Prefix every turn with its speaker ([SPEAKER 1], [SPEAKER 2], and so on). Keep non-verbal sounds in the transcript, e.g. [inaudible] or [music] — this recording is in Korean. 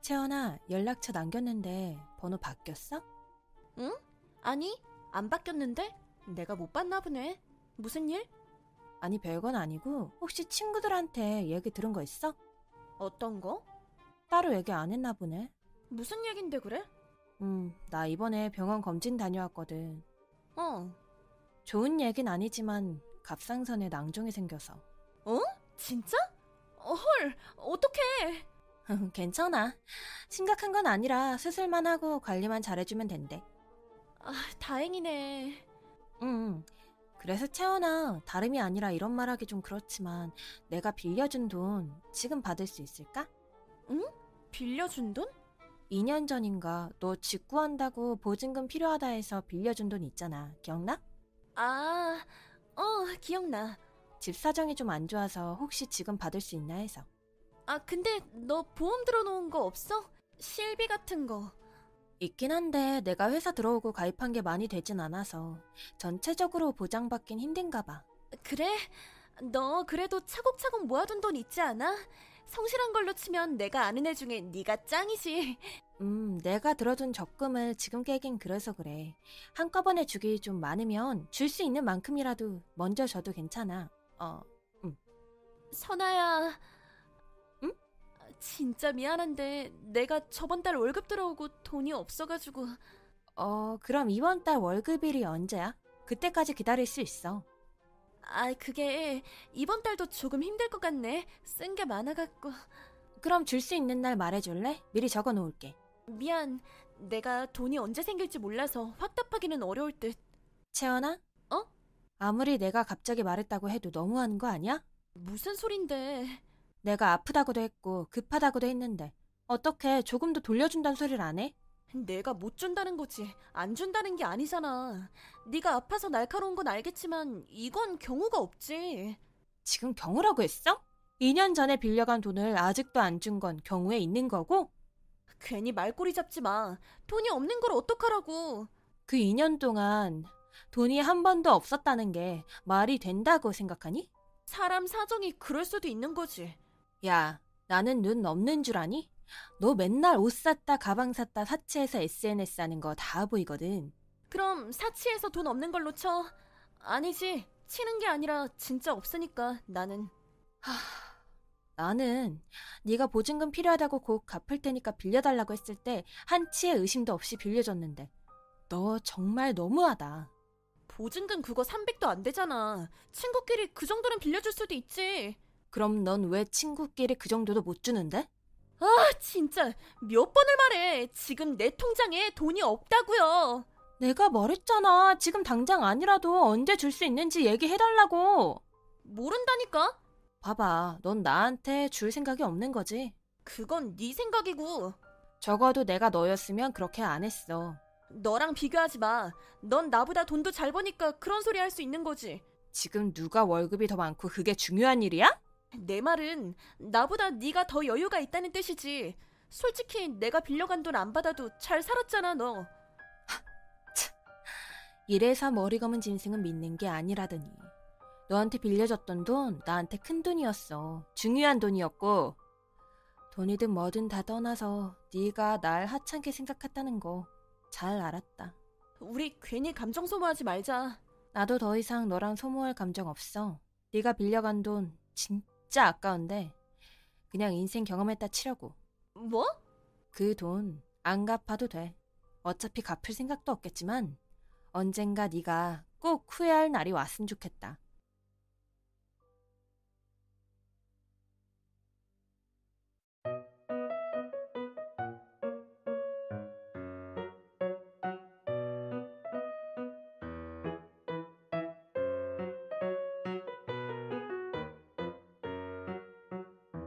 [SPEAKER 1] 채원아, 연락처 남겼는데 번호 바뀌었어?
[SPEAKER 2] 아니, 안 바뀌었는데? 내가 못 봤나 보네. 무슨 일?
[SPEAKER 1] 아니, 별건 아니고 어, 혹시 친구들한테 얘기 들은 거 있어?
[SPEAKER 2] 어떤 거?
[SPEAKER 1] 따로 얘기 안 했나 보네.
[SPEAKER 2] 무슨 얘긴데 그래?
[SPEAKER 1] 음, 나 이번에 병원 검진 다녀왔거든.
[SPEAKER 2] 어,
[SPEAKER 1] 좋은 얘긴 아니지만 갑상선에 낭종이 생겨서. [laughs]
[SPEAKER 2] 진짜? 어, 헐, 어떡해.
[SPEAKER 1] 괜찮아. 심각한 건 아니라 수술만 하고 관리만 잘해주면 된대.
[SPEAKER 2] 아, 다행이네.
[SPEAKER 1] 응. 그래서 채원아, 다름이 아니라 이런 말하기 좀 그렇지만 내가 빌려준 돈 지금 받을 수 있을까?
[SPEAKER 2] 빌려준 돈?
[SPEAKER 1] 2년 전인가 너 직구한다고 보증금 필요하다 해서 빌려준 돈 있잖아. 기억나?
[SPEAKER 2] 아, 어, 기억나.
[SPEAKER 1] 집 사정이 좀 안 좋아서 혹시 지금 받을 수 있나 해서.
[SPEAKER 2] 아, 근데 너 보험 들어놓은 거 없어? 실비 같은 거.
[SPEAKER 1] 있긴 한데 내가 회사 들어오고 가입한 게 많이 되진 않아서 전체적으로 보장받긴 힘든가 봐.
[SPEAKER 2] 그래? 너 그래도 차곡차곡 모아둔 돈 있지 않아? 성실한 걸로 치면 내가 아는 애 중에 네가 짱이지.
[SPEAKER 1] 음, 내가 들어둔 적금을 지금 깨긴 그래서 그래. 한꺼번에 주기 좀 많으면 줄 수 있는 만큼이라도 먼저 줘도 괜찮아. 어,
[SPEAKER 2] 선아야.
[SPEAKER 1] 응?
[SPEAKER 2] 진짜 미안한데 내가 저번 달 월급 들어오고 돈이 없어가지고
[SPEAKER 1] 어, 그럼 이번 달 월급일이 언제야? 그때까지 기다릴 수 있어.
[SPEAKER 2] 아 그게 이번 달도 조금 힘들 것 같네 쓴 게 많아갖고
[SPEAKER 1] 그럼 줄 수 있는 날 말해줄래? 미리 적어 놓을게.
[SPEAKER 2] 미안 내가 돈이 언제 생길지 몰라서 확답하기는 어려울 듯
[SPEAKER 1] 채원아?
[SPEAKER 2] 어?
[SPEAKER 1] 아무리 내가 갑자기 말했다고 해도 너무한 거 아니야?
[SPEAKER 2] 무슨 소린데
[SPEAKER 1] 내가 아프다고도 했고 급하다고도 했는데 어떻게 조금 더 돌려준다는 소리를 안 해?
[SPEAKER 2] 내가 못 준다는 거지 안 준다는 게 아니잖아 네가 아파서 날카로운 건 알겠지만 이건 경우가 없지
[SPEAKER 1] 지금 경우라고 했어? 2년 전에 빌려간 돈을 아직도 안 준 건 경우에 있는 거고
[SPEAKER 2] 괜히 말꼬리 잡지 마 돈이 없는 걸 어떡하라고
[SPEAKER 1] 그 2년 동안 돈이 한 번도 없었다는 게 말이 된다고 생각하니?
[SPEAKER 2] 사람 사정이 그럴 수도 있는 거지
[SPEAKER 1] 야, 나는 눈 없는 줄 아니? 너 맨날 옷 샀다, 가방 샀다, 사치해서 SNS 하는 거 다 보이거든.
[SPEAKER 2] 그럼 사치해서 돈 없는 걸로 쳐 아니지 치는 게 아니라 진짜 없으니까 나는
[SPEAKER 1] 나는 네가 보증금 필요하다고 곧 갚을 테니까 빌려달라고 했을 때 한치의 의심도 없이 빌려줬는데 너 정말 너무하다.
[SPEAKER 2] 보증금 그거 300도 안 되잖아. 친구끼리 그 정도는 빌려줄 수도 있지.
[SPEAKER 1] 그럼 넌 왜 친구끼리 그 정도도 못 주는데?
[SPEAKER 2] 아, 진짜 몇 번을 말해. 지금 내 통장에 돈이 없다고요.
[SPEAKER 1] 내가 말했잖아. 지금 당장 아니라도 언제 줄 수 있는지 얘기해달라고.
[SPEAKER 2] 모른다니까.
[SPEAKER 1] 봐봐, 넌 나한테 줄 생각이 없는 거지.
[SPEAKER 2] 그건 네 생각이고
[SPEAKER 1] 적어도 내가 너였으면 그렇게 안 했어.
[SPEAKER 2] 너랑 비교하지 마. 넌 나보다 돈도 잘 버니까 그런 소리 할 수 있는 거지.
[SPEAKER 1] 지금 누가 월급이 더 많고 그게 중요한 일이야?
[SPEAKER 2] 내 말은 나보다 네가 더 여유가 있다는 뜻이지. 솔직히 내가 빌려간 돈 안 받아도 잘 살았잖아, 너.
[SPEAKER 1] 이래서 머리 검은 짐승은 믿는 게 아니라더니. 너한테 빌려줬던 돈 나한테 큰 돈이었어. 중요한 돈이었고. 돈이든 뭐든 다 떠나서 네가 날 하찮게 생각했다는 거 잘 알았다.
[SPEAKER 2] 우리 괜히 감정 소모하지 말자.
[SPEAKER 1] 나도 더 이상 너랑 소모할 감정 없어. 네가 빌려간 돈 진짜 아까운데 그냥 인생 경험했다 치려고.
[SPEAKER 2] 뭐?
[SPEAKER 1] 그 돈 안 갚아도 돼. 어차피 갚을 생각도 없겠지만 언젠가 네가 꼭 후회할 날이 왔으면 좋겠다.